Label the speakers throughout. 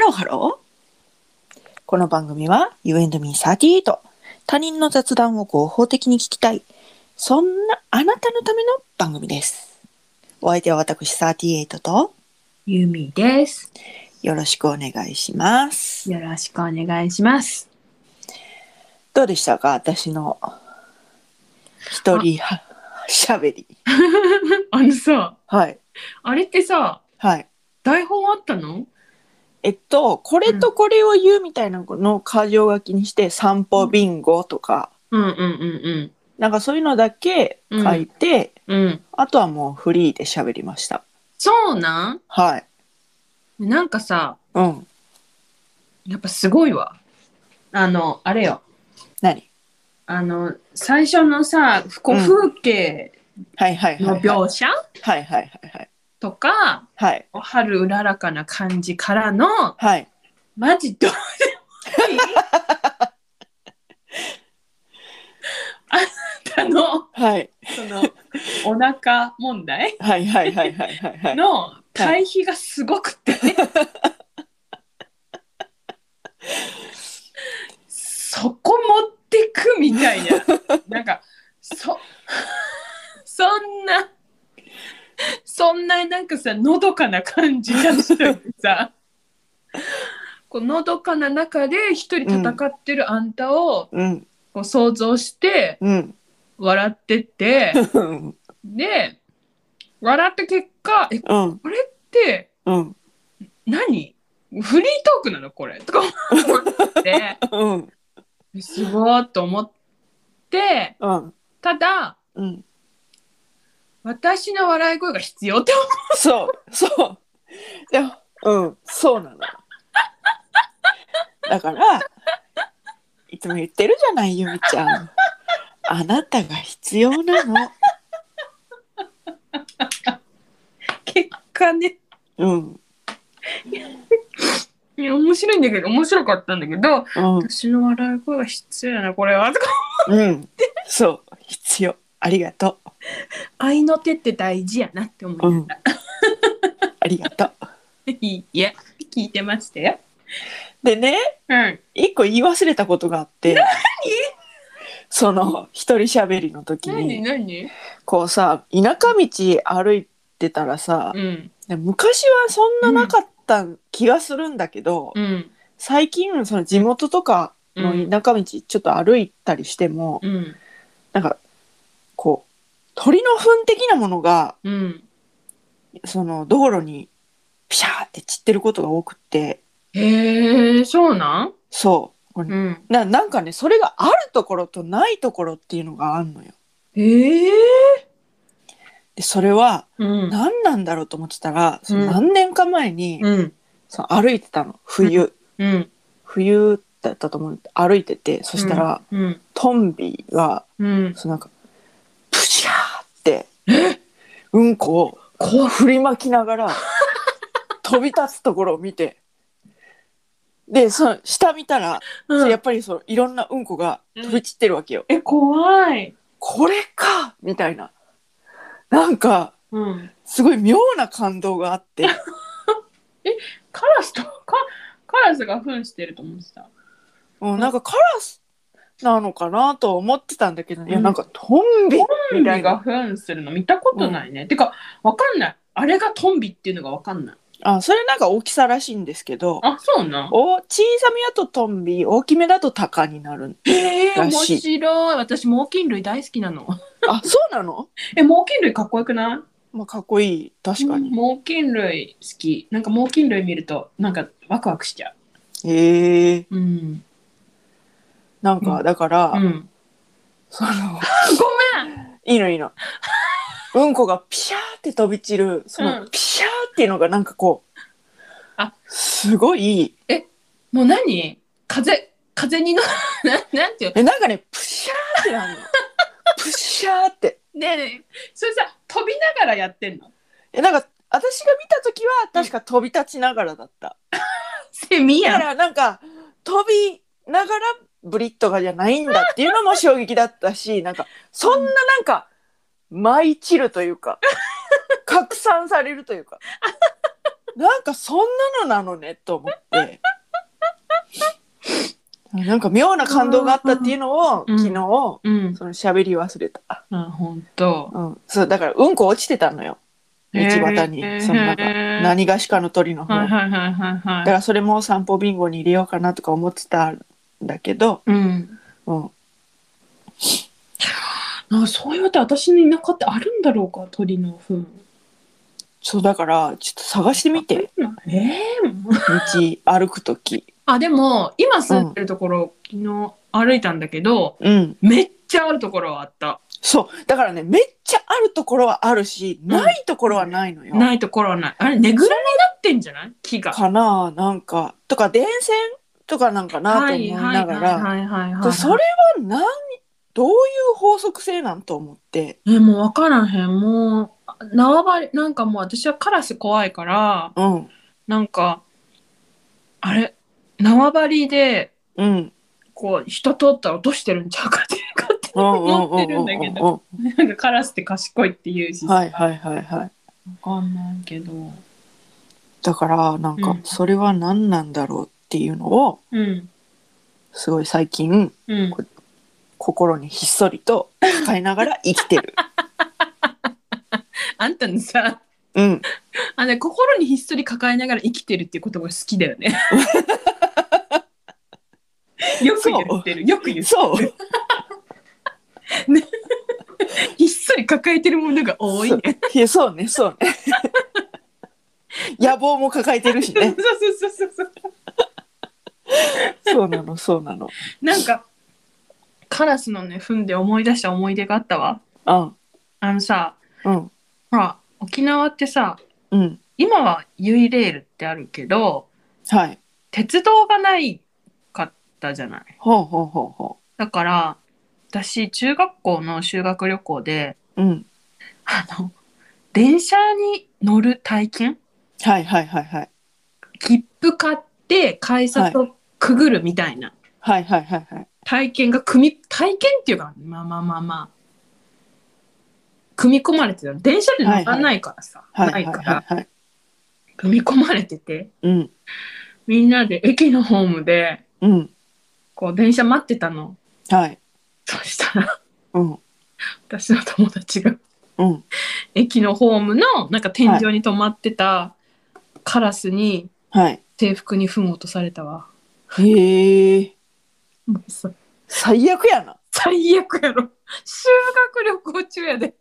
Speaker 1: ロハロ
Speaker 2: この番組は You and me38 他人の雑談を合法的に聞きたいそんなあなたのための番組ですお相手は私38と
Speaker 1: ーユミです。
Speaker 2: よろしくお願いします
Speaker 1: よろしくお願いします。
Speaker 2: どうでしたか私の一人はしゃべり
Speaker 1: あのさ、
Speaker 2: はい
Speaker 1: あれってさ、
Speaker 2: はい
Speaker 1: 台本あったの
Speaker 2: えっとこれとこれを言うみたいなのを箇条書きにして散歩ビンゴとか
Speaker 1: うんうんうん
Speaker 2: なんかそういうのだけ書いて、
Speaker 1: うん。うん。
Speaker 2: あとはもうフリーで喋りました
Speaker 1: そうなん
Speaker 2: はい
Speaker 1: なんかさ、
Speaker 2: うん
Speaker 1: やっぱすごいわ。あの、あれよ。
Speaker 2: 何
Speaker 1: あの、最初のさ、不幸風景
Speaker 2: はいはいはい、は
Speaker 1: の
Speaker 2: い。
Speaker 1: 描写
Speaker 2: はいはいはいはい。
Speaker 1: とか、
Speaker 2: はい。
Speaker 1: 春うららかな感じからの、
Speaker 2: はい。
Speaker 1: マジどう でもいいあなたの
Speaker 2: はい。
Speaker 1: そのお腹問題
Speaker 2: はいはいはいはいはいはい。
Speaker 1: の対比がすごくて、そこ持ってくみたいななんかそそんなそんななんかさのどかな感じじゃなくてさこうのどかな中で一人戦ってるあんたを
Speaker 2: うん
Speaker 1: こう想像して
Speaker 2: うん。
Speaker 1: 笑ってって。
Speaker 2: うん
Speaker 1: で笑った結果「えこ
Speaker 2: うん
Speaker 1: れって
Speaker 2: うん
Speaker 1: 何フリートークなのこれ」とか思って
Speaker 2: うん
Speaker 1: すごいと思って
Speaker 2: うん
Speaker 1: ただ
Speaker 2: うん。
Speaker 1: 私の笑い声が必要って思う
Speaker 2: そうそう。でもうんそうなの。だからいつも言ってるじゃないゆみちゃん。あなたが必要なの。
Speaker 1: 結果ね
Speaker 2: うん
Speaker 1: いや面白いんだけど面白かったんだけど
Speaker 2: うん
Speaker 1: 私の笑い声が必要やなこれはとか
Speaker 2: うん。そう必要。ありがと
Speaker 1: 愛の手って大事やなって思
Speaker 2: う。う
Speaker 1: い
Speaker 2: ん
Speaker 1: まし。
Speaker 2: ありがとう。
Speaker 1: た、いいえ聞いてましたよ
Speaker 2: でね。
Speaker 1: うん
Speaker 2: 一個言い忘れたことがあってその一人喋りの時
Speaker 1: 何
Speaker 2: に
Speaker 1: 何
Speaker 2: こうさ田舎道歩いてたらさ
Speaker 1: うん
Speaker 2: 昔はそんななかった気がするんだけど、
Speaker 1: うん
Speaker 2: 最近その地元とかの田舎道ちょっと歩いたりしても、
Speaker 1: うん
Speaker 2: なんかこう鳥の糞的なものが
Speaker 1: うん
Speaker 2: その道路にピシャーって散ってることが多くって
Speaker 1: へえそうなん
Speaker 2: そうこれ
Speaker 1: うん
Speaker 2: ななんかねそれがあるところとないところっていうのがあるのよ。
Speaker 1: ええ
Speaker 2: でそれは
Speaker 1: うん。
Speaker 2: 何なんだろうと思ってたら、その
Speaker 1: うん
Speaker 2: 何年か前に、
Speaker 1: うん。
Speaker 2: その歩いてたの冬、
Speaker 1: うん。
Speaker 2: 冬だったと思う歩いててそしたら、
Speaker 1: うん。
Speaker 2: トンビが
Speaker 1: うん。
Speaker 2: そのなんかプシャーってうんこをこう振りまきながら飛び立つところを見てでその下見たら、それやっぱりそのいろんなうんこが飛び散ってるわけよ。
Speaker 1: え、怖い。
Speaker 2: これかみたいななんか
Speaker 1: うん。
Speaker 2: すごい妙な感動があ って。
Speaker 1: カラスと か、カラスが糞してると思ってた。
Speaker 2: うん、なんかカラスなのかなとは思ってたんだけど、いや
Speaker 1: うん
Speaker 2: なんかトンビ
Speaker 1: トン
Speaker 2: みた
Speaker 1: ビ
Speaker 2: い
Speaker 1: が
Speaker 2: な。
Speaker 1: 糞するの見たことないね。てか、わかんない。あれがトンビっていうのがわかんない。
Speaker 2: あ、それなんか大きさらしいんですけど、
Speaker 1: あ、そうな。
Speaker 2: お小さめだとトンビ、大きめだとタカにな る。
Speaker 1: えー、
Speaker 2: ら
Speaker 1: 面
Speaker 2: しい
Speaker 1: 白い。私、猛禽類大好きなの。
Speaker 2: あ、そうなの？
Speaker 1: え、猛禽類かっこよくない
Speaker 2: まあかっこいい確かに。
Speaker 1: 猛禽類好き。なんか猛禽類見ると、なんかワクワクしちゃ
Speaker 2: へえ、
Speaker 1: う。うん。
Speaker 2: なんかだから、
Speaker 1: うん。
Speaker 2: その
Speaker 1: ごめん
Speaker 2: いいのいいの。うんこがピシャーって飛び散る、そうの
Speaker 1: ん
Speaker 2: ピシャーっていうのがなんかこう、
Speaker 1: あ
Speaker 2: すごい。
Speaker 1: もう何風、風にの、な なんていう
Speaker 2: え、なんかね、プシャーってな るの。プシャーって。
Speaker 1: ねえねえそれさ飛びながらやってんの
Speaker 2: えなんか私が見た時は確か飛び立ちながらだった、
Speaker 1: セミ
Speaker 2: だからなんか飛びながらブリットがじゃないんだっていうのも衝撃だったしなんかそんななんか 舞い散るというか拡散されるというかなんかそんなのなのねと思ってなんか妙な感動があったっていうのを、
Speaker 1: うん
Speaker 2: 昨日そ
Speaker 1: うん。
Speaker 2: の喋り忘れた、
Speaker 1: あ、本当。
Speaker 2: うん、そうだからうんこ落ちてたのよ道端に、
Speaker 1: へー
Speaker 2: そのなんか何がしかの鳥の方、
Speaker 1: はい
Speaker 2: だ
Speaker 1: はいはいはいは
Speaker 2: か
Speaker 1: い。
Speaker 2: らそれも散歩ビンゴに入れようかなとか思ってたんだけど、
Speaker 1: うん。
Speaker 2: うん、
Speaker 1: あそういうのって私の田舎ってあるんだろうか鳥の糞。
Speaker 2: そうだからちょっと探してみて
Speaker 1: ええもう
Speaker 2: 道歩く時
Speaker 1: あでも今住んでるところ、昨日歩いたんだけど
Speaker 2: うん
Speaker 1: めっちゃあるところはあった。
Speaker 2: そうだからねめっちゃあるところはあるし、ないところはないのよ。
Speaker 1: ないところはない。あれねぐらになってんじゃない木が。
Speaker 2: かなあなんかとか電線とかなんかなと思いながら
Speaker 1: はいはいはいはいはい、
Speaker 2: でそれは何どういう法則性なんと思って
Speaker 1: えもう分からへんもうあ縄張りなんかもう私はカラス怖いから
Speaker 2: うん
Speaker 1: なんかあれ縄張りで
Speaker 2: うん
Speaker 1: こう人通ったら落としてるんちゃうかって勝手
Speaker 2: う
Speaker 1: に
Speaker 2: ん
Speaker 1: 思ってるんだけど
Speaker 2: うん
Speaker 1: なんかカラスって 賢いって言うし、わ
Speaker 2: はいはいはいはい
Speaker 1: かんないけど
Speaker 2: だからなん
Speaker 1: う
Speaker 2: か
Speaker 1: ん
Speaker 2: それは何なんだろうっていうのを
Speaker 1: うん
Speaker 2: すごい最近
Speaker 1: うん
Speaker 2: 心にひっそりと使いながら生きて る
Speaker 1: あんたのさ
Speaker 2: うん
Speaker 1: あの心にひっそり抱えながら生きてるっていう言葉が好きだよねよく言ってるよく言ってる
Speaker 2: そう
Speaker 1: ひっそり抱えてるものが多いね
Speaker 2: そういやそうねそうね 野望も抱えてるし
Speaker 1: そう
Speaker 2: ね
Speaker 1: そうそうそう
Speaker 2: そうなのそうなの
Speaker 1: なんかカラスのね糞で思い出した思い出があったわ
Speaker 2: うん
Speaker 1: あのさ
Speaker 2: うん
Speaker 1: ほら沖縄ってさ
Speaker 2: うん
Speaker 1: 今はユイレールってあるけど
Speaker 2: はい
Speaker 1: 鉄道がないかったじゃない
Speaker 2: ほうほうほうほ
Speaker 1: だから私中学校の修学旅行で
Speaker 2: う。うん。
Speaker 1: あの電車に乗る体験
Speaker 2: はいはいはいはい。
Speaker 1: 切符買って改札をくぐるみたいな
Speaker 2: はいはいはいはい。
Speaker 1: 体験が組み体験っていうかまあまあまあまあ組み込まれてたの電車で乗らないからさ、
Speaker 2: はいはい
Speaker 1: ないから、
Speaker 2: はいはい。
Speaker 1: 組み込まれてて
Speaker 2: うん。
Speaker 1: みんなで駅のホームで
Speaker 2: うん。
Speaker 1: こう電車待ってたの
Speaker 2: はい。
Speaker 1: そしたら
Speaker 2: うん。
Speaker 1: 私の友達が
Speaker 2: うん。
Speaker 1: 駅のホームのなんか天井に止まってたカラスに
Speaker 2: はい。
Speaker 1: 制服に糞落とされたわ
Speaker 2: へえ。
Speaker 1: もうさ
Speaker 2: 最悪やな。
Speaker 1: 最悪やろ修学旅行中やで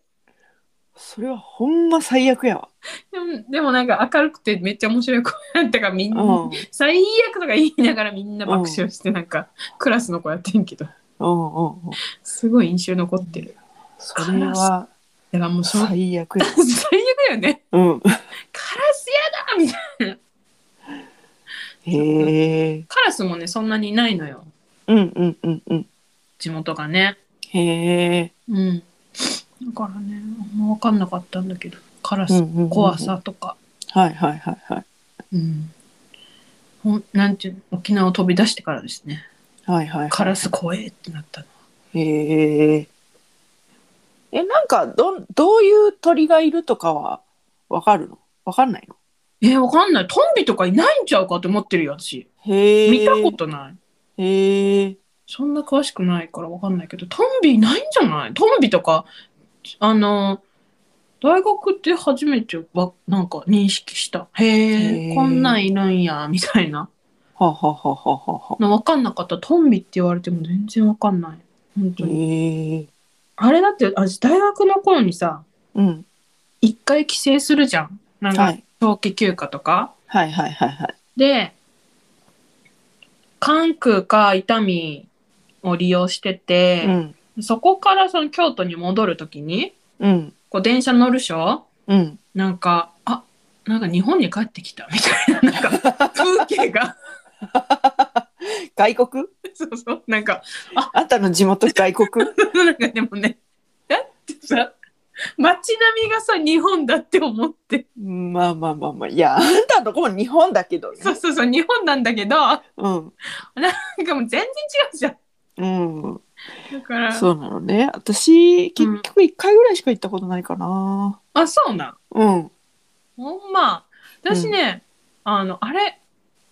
Speaker 2: それはほんま最悪やわ。
Speaker 1: でもでもなんか明るくてめっちゃ面白い子やったからみん
Speaker 2: う
Speaker 1: な、
Speaker 2: ん。
Speaker 1: 最悪とか言いながらみんな爆笑してなんか、クラスの子やってんけど
Speaker 2: うんうんうん。
Speaker 1: すごい印象残ってる
Speaker 2: それは
Speaker 1: だからもうそう
Speaker 2: 最悪や。
Speaker 1: 最悪だよね
Speaker 2: うん。
Speaker 1: カラスやだみたいな
Speaker 2: へえ。
Speaker 1: カラスもねそんなにいないのよ
Speaker 2: うんうんうんうん。
Speaker 1: 地元がね
Speaker 2: へえ。
Speaker 1: うんだからねあんま分かんなかったんだけどカラ
Speaker 2: うん
Speaker 1: ス
Speaker 2: うんうんうん
Speaker 1: 怖。さとか
Speaker 2: はいはいはいはい。
Speaker 1: うんほんなんていうの沖縄を飛び出してからですね
Speaker 2: はいはいはい。
Speaker 1: カラス怖えってなったの
Speaker 2: へえ。え、なんか、どん、どういう鳥がいるとかは、わかるのわかんないの
Speaker 1: えー、わかんないトンビとかいないんちゃうかって思ってるよ私
Speaker 2: へえ。
Speaker 1: 見たことない
Speaker 2: へえ。
Speaker 1: そんな詳しくないからわかんないけど、トンビいないんじゃないトンビとか、あの、大学で初めてばなんか認識した。へ
Speaker 2: へ
Speaker 1: え、
Speaker 2: ー
Speaker 1: こんなんいるんや、みたいな。
Speaker 2: はあはあはあはあはあ。
Speaker 1: わかんなかった。トンビって言われても全然わかんない。本当に。
Speaker 2: へえ。
Speaker 1: あれだって、私大学の頃にさ、
Speaker 2: うん。
Speaker 1: 一回帰省するじゃん。なん
Speaker 2: は
Speaker 1: か、
Speaker 2: い。
Speaker 1: 長期休暇とか。
Speaker 2: はいはいはいはい。
Speaker 1: で、関空か伊丹を利用してて、
Speaker 2: うん。
Speaker 1: そこからその京都に戻るときに、
Speaker 2: うん。
Speaker 1: こう電車乗るでしょ
Speaker 2: うん。
Speaker 1: なんか、あ、なんか日本に帰ってきたみたいな、な んか風景が、
Speaker 2: 外国
Speaker 1: そうそう、なんか、
Speaker 2: あんたの地元外国
Speaker 1: なんかでもね、だってさ、街並みがさ、日本だって思って、
Speaker 2: まあまあまあまあ。いや、あんたのとこも日本だけどね。
Speaker 1: そうそうそう、日本なんだけど、なん
Speaker 2: うん。
Speaker 1: かもう全然違うじゃん。
Speaker 2: うん。
Speaker 1: だから、
Speaker 2: そうなのね。私、結局一回ぐらいしか行ったことないかな。
Speaker 1: あ、そうなん。
Speaker 2: うん。
Speaker 1: ほんま、私ね、あの、あれ、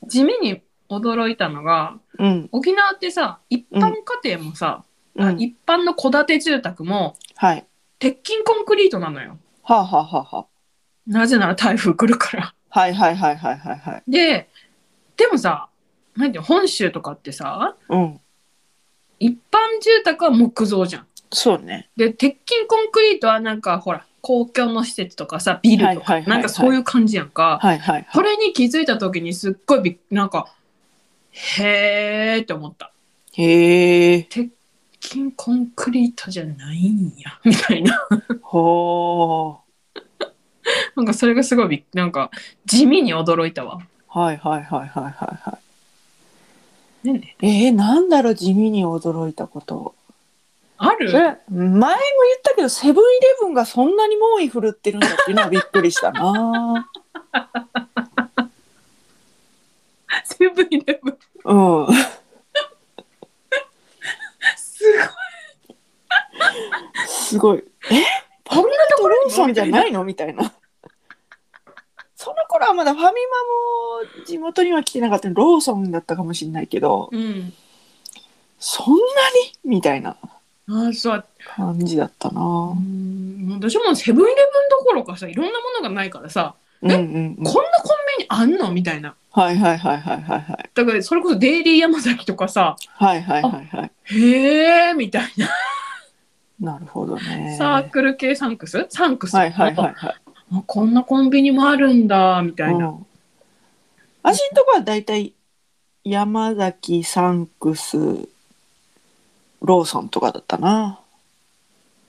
Speaker 1: 地味に驚いたのが、
Speaker 2: うん。
Speaker 1: 沖縄ってさ、一般家庭もさ、
Speaker 2: う
Speaker 1: あ
Speaker 2: ん。
Speaker 1: 一般の戸建て住宅も、
Speaker 2: はい。
Speaker 1: 鉄筋コンクリートなのよ。
Speaker 2: はあ、はあはあは
Speaker 1: なぜなら台風来るから。
Speaker 2: あ、はいはいはいはいはいはい。
Speaker 1: で、でもさ、なんていうの本州とかってさ、
Speaker 2: うん。
Speaker 1: 一般住宅は木造じゃん。
Speaker 2: そうね。
Speaker 1: で、鉄筋コンクリートはなんかほら、公共の施設とかさ、ビル
Speaker 2: はい
Speaker 1: と
Speaker 2: はいはい
Speaker 1: か、
Speaker 2: はい
Speaker 1: なんかそういう感じやんか。
Speaker 2: はいはいは
Speaker 1: そ
Speaker 2: い。
Speaker 1: れに気づいた時にすっごいびっなんか、へーって思った。
Speaker 2: へえ。
Speaker 1: 鉄筋コンクリートじゃないんや、みたいな。
Speaker 2: ほ
Speaker 1: なんかそれがすごいびっ、なんか地味に驚いたわ。
Speaker 2: ー。はいはいはいはいはいは
Speaker 1: ねえね
Speaker 2: い。えー、なんだろう地味に驚いたこと。
Speaker 1: あ
Speaker 2: そ
Speaker 1: る
Speaker 2: れ前も言ったけどセブンイレブンがそんなに猛威振るってるんだっていうのはびっくりした な。
Speaker 1: セブンイレブン。
Speaker 2: うん。
Speaker 1: すごい。
Speaker 2: すごい。えファミマとローソンじゃないのみたいな。その頃はまだファミマも地元には来てなかったローソンだったかもしれないけど、
Speaker 1: うん。
Speaker 2: そんなにみたいな
Speaker 1: ああ、そう。
Speaker 2: 感じだった
Speaker 1: う
Speaker 2: な。
Speaker 1: ん私もセブンイレブンどころかさ、いろんなものがないからさ、
Speaker 2: うんうんうん。
Speaker 1: こんなコンビニあんのみたいな。
Speaker 2: はいはいはいはいはいはい。
Speaker 1: だからそれこそデイリー山崎とかさ、
Speaker 2: はいはいはいはい。
Speaker 1: へーみたいな。
Speaker 2: なるほどね。
Speaker 1: サークル系サンクスサンクス、
Speaker 2: はいはいはいはい。
Speaker 1: あこんなコンビニもあるんだ、みたいな。
Speaker 2: うん足のとこはだいたい山崎サンクスローソンとかだったな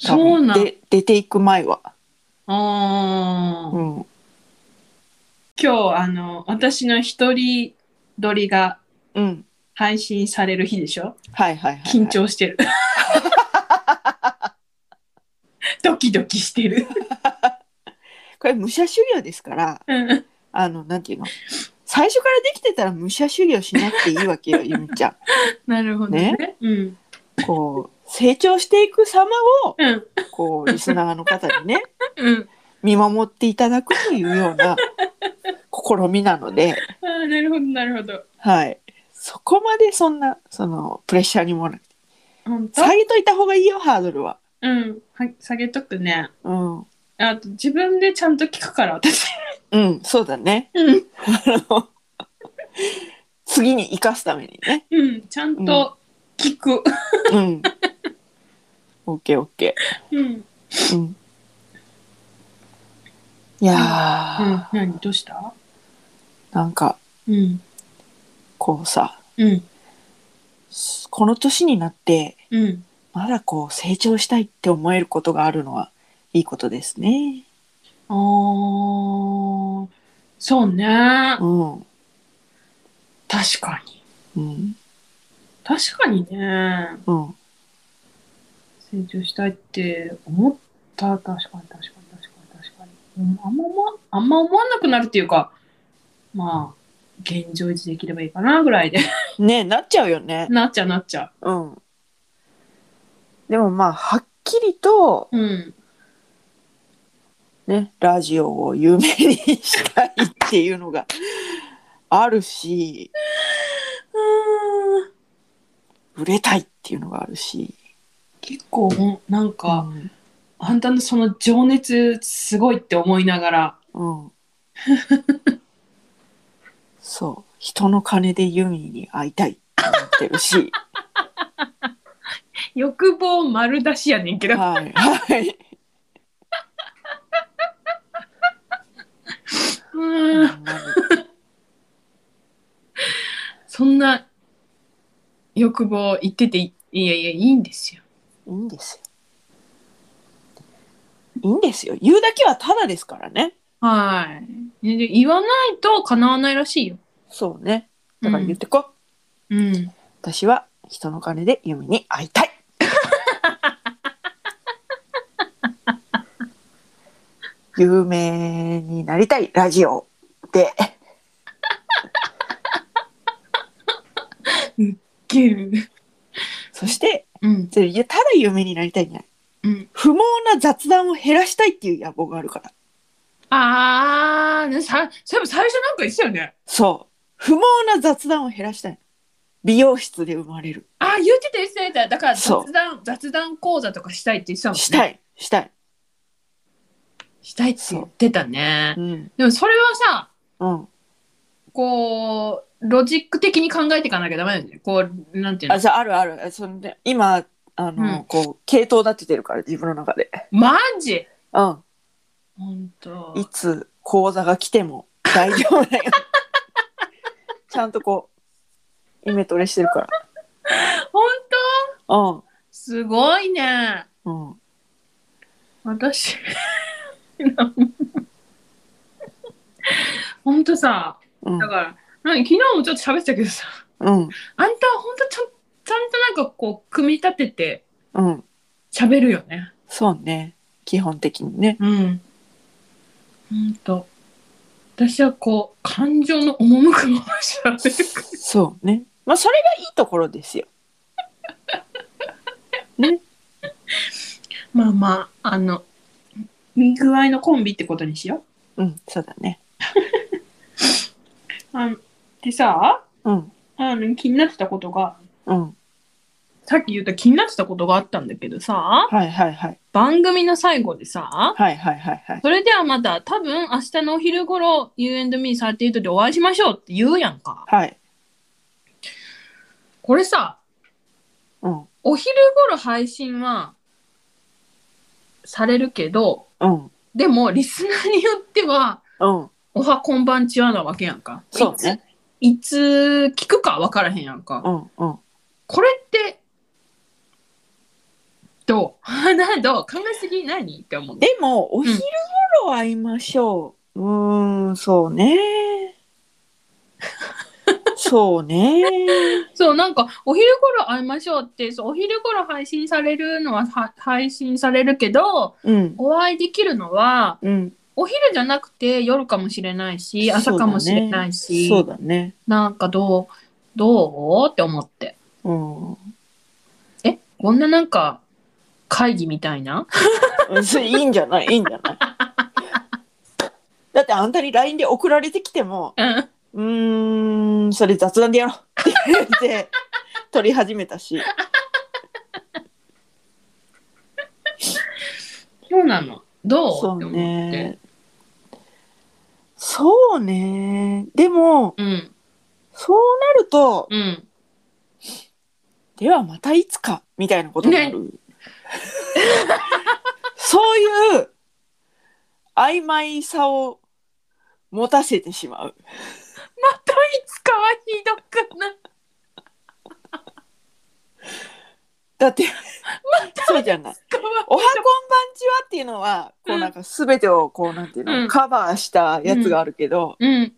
Speaker 2: 多分
Speaker 1: そうなん。
Speaker 2: で出ていく前は、
Speaker 1: あー
Speaker 2: うん、
Speaker 1: 今日、あの、私の一人撮りが
Speaker 2: うん、
Speaker 1: 配信される日でしょ
Speaker 2: はいはいはい、はい、
Speaker 1: 緊張してる。 ドキドキして る。
Speaker 2: これ武者修行ですから
Speaker 1: うん
Speaker 2: あのなんていうの最初からできてたら武者修行しなくていいわけよゆみ ちゃ
Speaker 1: なるほどね。うん。
Speaker 2: んこう成長していく様を
Speaker 1: うん。
Speaker 2: こうリスナーの方にね
Speaker 1: うん。
Speaker 2: 見守っていただくというような試みなので
Speaker 1: ああ、なるほど、なるほど。
Speaker 2: はい。そこまでそんな、その、プレッシャーにもなくて。
Speaker 1: 本当
Speaker 2: 下げといた方がいいよ、ハードルは。
Speaker 1: うん。は下げとくね。
Speaker 2: うん。
Speaker 1: あと、自分でちゃんと聞くから、私。
Speaker 2: うん、そうだね。
Speaker 1: うん。
Speaker 2: あの次に生かすためにね。
Speaker 1: うん。ちゃんと聞く。
Speaker 2: うん。オッケーオッケ
Speaker 1: うん。
Speaker 2: ー。うん。いや
Speaker 1: う
Speaker 2: ー、
Speaker 1: ん。何どうした
Speaker 2: なんか、
Speaker 1: うん。
Speaker 2: こうさ、
Speaker 1: うん。
Speaker 2: この年になって、
Speaker 1: うん。
Speaker 2: まだこう成長したいって思えることがあるのはいいことですね。
Speaker 1: あー。そうね。
Speaker 2: うん。う
Speaker 1: 確かに。
Speaker 2: ん。
Speaker 1: 確かにね。
Speaker 2: うん。
Speaker 1: 成長したいって思った。確かに、確かに、確かに、確かに。うんあんま思わ、あんま思わなくなるっていうか、まあ、現状維持できればいいかなぐらいで。
Speaker 2: ねえなっちゃうよね。
Speaker 1: なっちゃうなっちゃ
Speaker 2: うん。でもまあ、はっきりと、
Speaker 1: う。うん。
Speaker 2: ね、ラジオを有名にしたいっていうのがあるし、売れたいっていうのがあるし。
Speaker 1: 結構もう、なん
Speaker 2: う
Speaker 1: か、
Speaker 2: ん。
Speaker 1: あんたのその情熱すごいって思いながら、
Speaker 2: うん、そう。人の金でユミに会いたいって思ってるし。
Speaker 1: 欲望丸出しやねんけど、
Speaker 2: はい。はい。
Speaker 1: うーんそんな欲望言ってていいやいやいいんですよ。
Speaker 2: いいんですよ。いいんですよ。言うだけはただですからね。
Speaker 1: はい。で言わないと叶わないらしいよ。
Speaker 2: そうね。だから言ってこう。
Speaker 1: うん。
Speaker 2: 私は人の金でユミに会い たい。有名になりたいラジオで、
Speaker 1: ゲル。
Speaker 2: そして、
Speaker 1: うん。
Speaker 2: それいやただ有名になりたいんじゃない。
Speaker 1: うん。
Speaker 2: 不毛な雑談を減らしたいっていう野望があるから。
Speaker 1: あーねさそういえば最初なんか言ってたよね
Speaker 2: そう不毛な雑談を減らしたい美容室で生まれる
Speaker 1: あー言ってた言ってた言ってただから
Speaker 2: そう
Speaker 1: 雑談雑談講座とかしたいって言ってたもんね
Speaker 2: した
Speaker 1: い
Speaker 2: いしたい
Speaker 1: したいって言ってたね
Speaker 2: うん
Speaker 1: でもそれはさ
Speaker 2: うん
Speaker 1: こうロジック的に考えていかなきゃダメだよねこうなんていう
Speaker 2: あ
Speaker 1: の
Speaker 2: じゃああるあるえそんで今あの、
Speaker 1: うん
Speaker 2: こう系統立ててるから自分の中で
Speaker 1: マジ
Speaker 2: うん
Speaker 1: 本当
Speaker 2: いつ講座が来ても大丈夫だよ ちゃんとこうイメトレしてるか
Speaker 1: 本当
Speaker 2: らうん
Speaker 1: すごいね
Speaker 2: うん
Speaker 1: 私 本当さ
Speaker 2: うん
Speaker 1: だから何昨日もちょっと喋ってたけどさ
Speaker 2: うん
Speaker 1: あんたは本当ちゃんちゃんとなんかこう組み立てて
Speaker 2: うん
Speaker 1: 喋るよね
Speaker 2: そうね基本的にね
Speaker 1: うん本当私はこう感情の赴くまま喋る
Speaker 2: そうねまあそれがいいところですよ
Speaker 1: まあまあ、あの、いい具合のコンビってことにしよ
Speaker 2: うんそうだね
Speaker 1: う。あでさ、
Speaker 2: うん
Speaker 1: あの気になってたことが、
Speaker 2: うん
Speaker 1: さっき言った気になってたことがあったんだけどさ、
Speaker 2: はいはいはい
Speaker 1: 番組の最後でさ、
Speaker 2: はいはいはいはい
Speaker 1: それではまた多分明日のお昼頃 U&Me38 でお会いしましょうって言うやんか。
Speaker 2: はい
Speaker 1: これさ、
Speaker 2: うん
Speaker 1: お昼頃配信はされるけど、
Speaker 2: うん
Speaker 1: でもリスナーによっては、
Speaker 2: うん
Speaker 1: おはこんばんちはなわけやんか。
Speaker 2: そうね
Speaker 1: いつ。いつ聞くかわからへんやんか。
Speaker 2: うんうん
Speaker 1: これってどう などう考えすぎ何って思う
Speaker 2: でもお昼頃会いましょううーんそう ねそうね
Speaker 1: そうなんかお昼頃会いましょうってそうお昼頃配信されるのはは配信されるけど
Speaker 2: うん
Speaker 1: お会いできるのは
Speaker 2: うん
Speaker 1: お昼じゃなくて夜かもしれないし朝かもしれないし、
Speaker 2: そうだね
Speaker 1: なんかどうどうって思って
Speaker 2: そうだね
Speaker 1: えこんななんか会議みたいな
Speaker 2: うん それいいんじゃないいいんじゃないだってあんたに LINE で送られてきても
Speaker 1: うん
Speaker 2: うーんそれ雑談でやろうって言って撮り始めたし
Speaker 1: そうなのどう
Speaker 2: そ
Speaker 1: って
Speaker 2: う
Speaker 1: 思って
Speaker 2: ねそうねでも
Speaker 1: うん
Speaker 2: そうなると
Speaker 1: うん
Speaker 2: ではまたいつかみたいなことになる、 そういう曖昧さを持たせてしまう
Speaker 1: いつかはひどくない
Speaker 2: だって そうじゃ ない
Speaker 1: かわ
Speaker 2: おはこんばんちはっていうのは、こうなんかすべてをこうなんていうの、
Speaker 1: うん
Speaker 2: カバーしたやつがあるけど、
Speaker 1: うん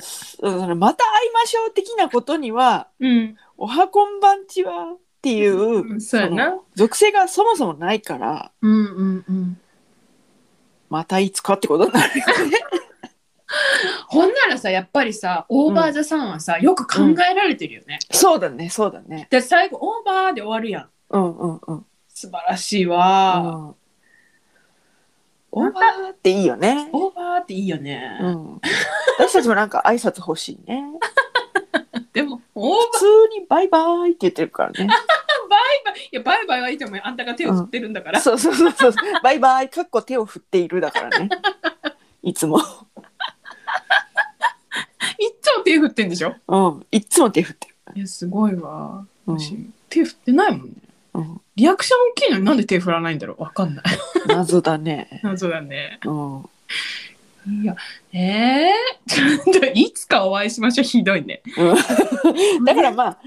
Speaker 2: そのまた会いましょう的なことには、
Speaker 1: うん
Speaker 2: おはこんばんちはっていう、
Speaker 1: うんそうやな
Speaker 2: その属性がそもそもないから、
Speaker 1: うんうんうん
Speaker 2: またいつかってことになるよね。
Speaker 1: ほんならさやっぱりさオーバー・ザ・さんはさ、よく考えられてるよね、
Speaker 2: そうだね、そうだね。
Speaker 1: で最後オーバーで終わるやん
Speaker 2: うんうんうん。
Speaker 1: 素晴らしいわ、
Speaker 2: うんオーバーっていいよね。
Speaker 1: オーバーっていいよね、
Speaker 2: うん、私たちもなんか挨拶欲しいね。
Speaker 1: でもオー
Speaker 2: 普通にバイバイって言ってるから ね。
Speaker 1: バーいやバイバイはいいと思うよあんたが手を振ってるんだから、
Speaker 2: そうそうそうそう。バイバイ、かっこ手を振っているだからね。いつも。
Speaker 1: いっつも手振ってんでしょ
Speaker 2: うん。いっつも手振ってる。
Speaker 1: いやすごいわ
Speaker 2: うん
Speaker 1: 私、手振ってないもんね
Speaker 2: うん、
Speaker 1: リアクション大きいのになんで手振らないんだろうわかんない
Speaker 2: 謎だね。
Speaker 1: 謎だね
Speaker 2: うん。う
Speaker 1: いやえー、 ちょっといつかお会いしましょうひどいね
Speaker 2: んだからまあ、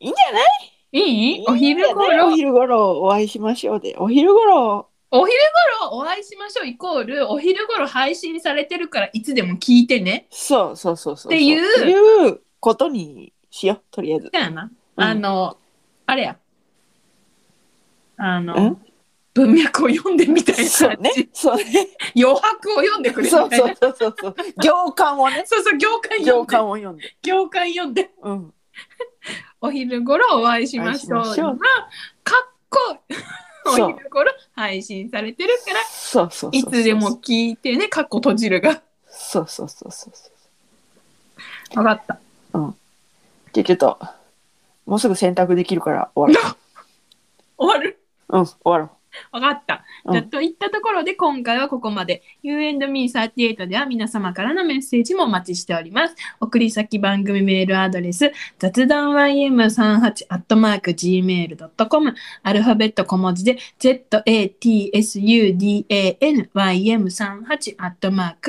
Speaker 2: いいんじゃない
Speaker 1: いいお
Speaker 2: いいんじ
Speaker 1: 昼
Speaker 2: ゃない
Speaker 1: 頃
Speaker 2: お昼頃お会いしましょうで。お昼頃
Speaker 1: お昼頃お会いしましょうイコールお昼頃配信されてるからいつでも聞いてね
Speaker 2: そうそうそうそう。
Speaker 1: ってい
Speaker 2: っ
Speaker 1: う
Speaker 2: ていうことにしよう、とりあえず。
Speaker 1: だよな、
Speaker 2: うん
Speaker 1: あのあれやあの
Speaker 2: ん
Speaker 1: 文脈を読んでみたい
Speaker 2: そう
Speaker 1: な感
Speaker 2: ね
Speaker 1: じ、。
Speaker 2: そうね。
Speaker 1: 余白を読んでくれみた
Speaker 2: そ
Speaker 1: いうな
Speaker 2: そうそうそうそう。行間をね。
Speaker 1: そうそう行間読
Speaker 2: 行
Speaker 1: んで
Speaker 2: 間を読んで。
Speaker 1: 行間読んで
Speaker 2: うん。
Speaker 1: お昼頃お会いしましょう
Speaker 2: お会いしましょう
Speaker 1: まあかっこそういうところ配信されてるから
Speaker 2: そうそうそうそう
Speaker 1: いつでも聞いてねかっこ閉じるが
Speaker 2: そうそうそうそうそ
Speaker 1: 分かった
Speaker 2: うじゃあちょっともうすぐ洗濯できるから終わ
Speaker 1: 終わる
Speaker 2: ろううん終わろう
Speaker 1: 分かった。
Speaker 2: うん
Speaker 1: じゃあといったところで今回はここまで。U&Me38 では皆様からのメッセージもお待ちしております。送り先番組メールアドレス雑談 ym38-gmail.com アルファベット小文字で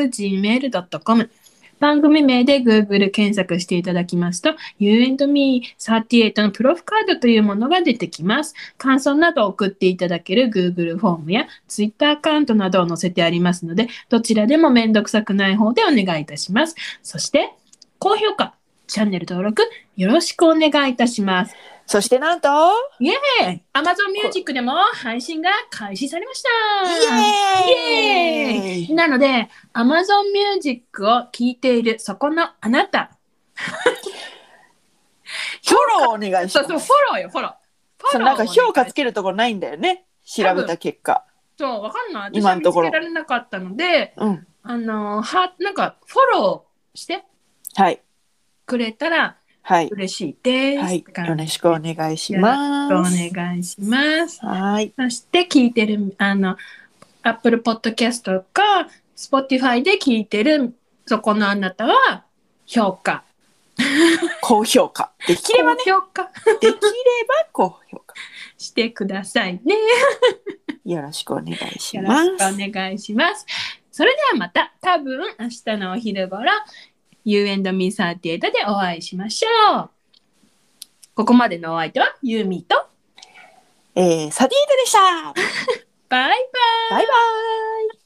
Speaker 1: zatsudanym38-gmail.com 番組名で Google 検索していただきますと You&Me38 のプロフカードというものが出てきます。感想などを送っていただける Google フォームや Twitter アカウントなどを載せてありますので、どちらでもめんどくさくない方でお願いいたします。そして、高評価、チャンネル登録、よろしくお願いいたします。
Speaker 2: そしてなんと
Speaker 1: で Amazon Music でも配信が開始されました。
Speaker 2: イエーイ
Speaker 1: イエーイなので、Amazon Music を聴いているそこのあなた、
Speaker 2: フォローお願いし
Speaker 1: そ
Speaker 2: ま
Speaker 1: う
Speaker 2: す
Speaker 1: そう、フォローよ、フォロー。
Speaker 2: そ
Speaker 1: フォ
Speaker 2: う
Speaker 1: ロー
Speaker 2: なんか評価
Speaker 1: つ
Speaker 2: つけるとこないんだよね調べた結果
Speaker 1: そう、わかんない。私
Speaker 2: 今
Speaker 1: は
Speaker 2: の
Speaker 1: 見
Speaker 2: と
Speaker 1: つ
Speaker 2: ころ
Speaker 1: けられなかったので、
Speaker 2: うん
Speaker 1: あのーはなんかフォローして
Speaker 2: はい
Speaker 1: くれたら
Speaker 2: はい
Speaker 1: 嬉しいです。
Speaker 2: はい
Speaker 1: とか
Speaker 2: よろしくお願いしま
Speaker 1: お
Speaker 2: す
Speaker 1: 願いします。
Speaker 2: はい
Speaker 1: そして聞いてるあの Apple Podcast か Spotify で聞いてるそこのあなたは評価。
Speaker 2: 高評価できればね
Speaker 1: 高評価
Speaker 2: できれば高評価
Speaker 1: してくださいね。
Speaker 2: よろしくお願いし
Speaker 1: よろ
Speaker 2: ま
Speaker 1: しくお
Speaker 2: す
Speaker 1: 願いします。それではまた多分明日のお昼ごろ U&Me38 でお会いしましょう。ここまでのお相手はユーミーと
Speaker 2: えー、サディータでした
Speaker 1: バイバイ
Speaker 2: バイバイ